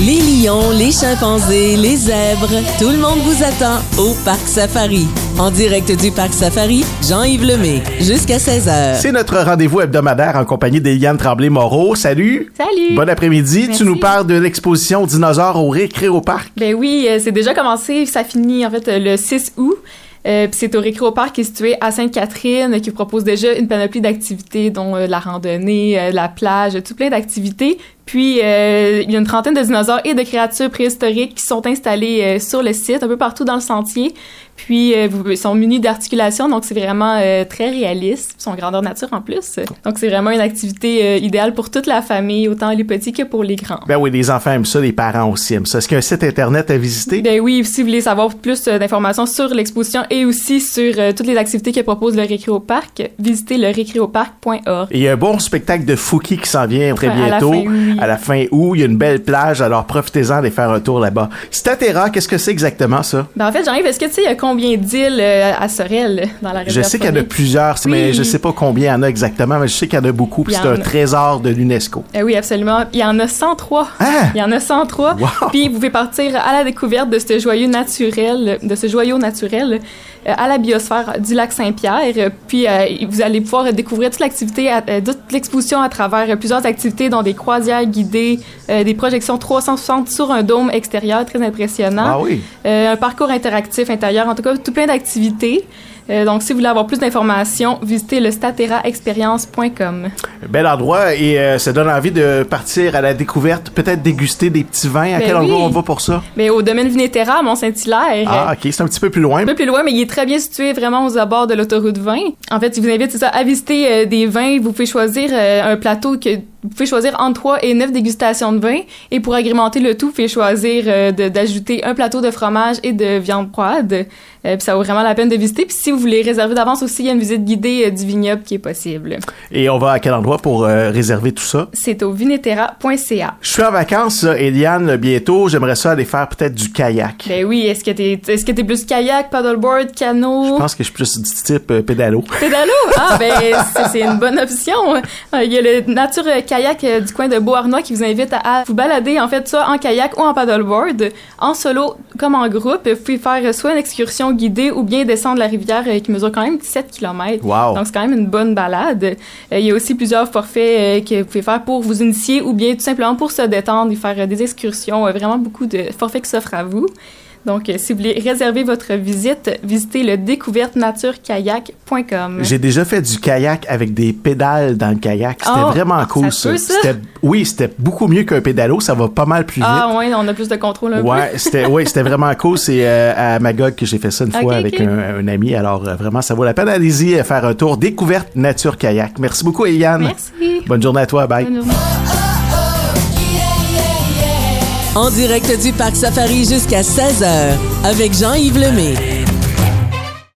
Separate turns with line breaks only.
Les lions, les chimpanzés, les zèbres, tout le monde vous attend au Parc Safari. En direct du Parc Safari, Jean-Yves Lemay, jusqu'à 16h.
C'est notre rendez-vous hebdomadaire en compagnie d'Eliane Tremblay-Moreau. Salut!
Salut.
Bon après-midi.
Merci.
Tu nous parles de l'exposition dinosaures au Récré au Parc.
Ben oui, euh, c'est déjà commencé, ça finit en fait euh, le 6 août. Euh, puis c'est au Récréo Parc qui est situé à Sainte-Catherine, euh, qui propose déjà une panoplie d'activités, dont euh, de la randonnée, euh, de la plage, euh, tout plein d'activités. Puis euh, il y a une trentaine de dinosaures et de créatures préhistoriques qui sont installées euh, sur le site, un peu partout dans le sentier. Puis euh, vous- ils sont munis d'articulations, donc c'est vraiment euh, très réaliste. Ils sont grandeur nature en plus. Donc c'est vraiment une activité euh, idéale pour toute la famille, autant les petits que pour les grands.
Ben oui, les enfants aiment ça, les parents aussi aiment ça. Est-ce qu'il y a un site internet à visiter?
Ben oui, si vous voulez savoir plus euh, d'informations sur l'exposition et aussi sur euh, toutes les activités que propose le Récréo Parc, visitez le récréoparc.org.
Et il y a un bon spectacle de Fouki qui s'en vient très
Ouais, à la
bientôt.
fin août.
À la fin août, il y a une belle plage, alors profitez-en d'aller faire un tour là-bas. Statera, qu'est-ce que c'est exactement ça?
Ben en fait, Jean-Yves, est-ce que tu sais il y a combien d'îles euh, à Sorel dans la
Je
réserve
sais qu'il y en a
faunique?
plusieurs,
Oui.
mais je sais pas combien il y en a exactement, mais je sais qu'il y en a beaucoup, puis
Il y
c'est
en
un
a.
trésor de l'UNESCO.
Eh oui, absolument. Il y en a 103.
Hein?
Il y en a 103.
Wow!
Puis vous pouvez partir à la découverte de ce joyau naturel, de ce joyau naturel euh, à la biosphère du lac Saint-Pierre. Euh, Puis euh, vous allez pouvoir découvrir toute l'activité, à- euh, toute l'exposition à travers euh, plusieurs activités, dont des croisières guidées, euh, des projections 360 sur un dôme extérieur, très impressionnant.
Ah oui.
Euh, un parcours interactif intérieur, en tout cas tout plein d'activités. Euh, donc si vous voulez avoir plus d'informations, visitez le stateraexperience.com.
Bel endroit et euh, ça donne envie de partir à la découverte, peut-être déguster des petits vins. À
Ben
quel
oui.
endroit on va pour ça?
Mais au domaine Vinétera, à Mont-Saint-Hilaire.
Ah, ok, c'est un petit peu plus loin.
Un peu plus loin, mais il est très bien situé vraiment aux abords de l'autoroute 20. En fait, il vous invite c'est ça, à visiter euh, des vins. Vous pouvez choisir euh, un plateau que vous pouvez choisir entre 3 et 9 dégustations de vins. Et pour agrémenter le tout, vous pouvez choisir euh, de- d'ajouter un plateau de fromage et de viande froide. Euh, puis ça vaut vraiment la peine de visiter. Puis si vous voulez réserver d'avance aussi, il y a une visite guidée euh, du vignoble qui est possible.
Et on va à quel endroit pour euh, réserver tout ça?
C'est au vinetera.ca.
Je suis en vacances, là, Eliane, là, bientôt. J'aimerais ça aller faire peut-être du kayak.
Ben oui, est-ce que t'es est-ce que t'es plus kayak, paddleboard, canot?
Je pense que je suis plus du type euh, pédalo.
Pédalo? Ah, ben, c'est- c'est une bonne option. Euh, Il y a le Nature Kayak euh, du coin de Beauharnois qui vous invite à, à vous balader, en fait, soit en kayak ou en paddleboard, en solo comme en groupe. Vous pouvez faire euh, soit une excursion guidée ou bien descendre la rivière euh, qui mesure quand même 17 km.
Wow.
Donc, c'est quand même une bonne balade. Euh, Il y a aussi plusieurs forfaits euh, que vous pouvez faire pour vous initier ou bien tout simplement pour se détendre et faire euh, des excursions. Euh, Vraiment beaucoup de forfaits qui s'offrent à vous. Donc, euh, si vous voulez réserver votre visite, visitez le découvertenatureKayak.com.
J'ai déjà fait du kayak avec des pédales dans le kayak. C'était
Oh,
vraiment cool,
ça peut, ça?
C'était- oui, c'était beaucoup mieux qu'un pédalo. Ça va pas mal plus vite.
Ah ouais, on a plus de contrôle un
Ouais, c'était ouais, c'était vraiment cool. C'est euh, à Magog que j'ai fait ça une
Ok,
fois avec
ok.
un, un ami. Alors euh, vraiment, ça vaut la peine. Allez-y euh, faire un tour. Découverte nature kayak. Merci beaucoup, Eliane.
peu. Merci.
Bonne journée à toi. Bye.
Bonne journée.
En direct du Parc Safari jusqu'à 16h avec Jean-Yves Lemay.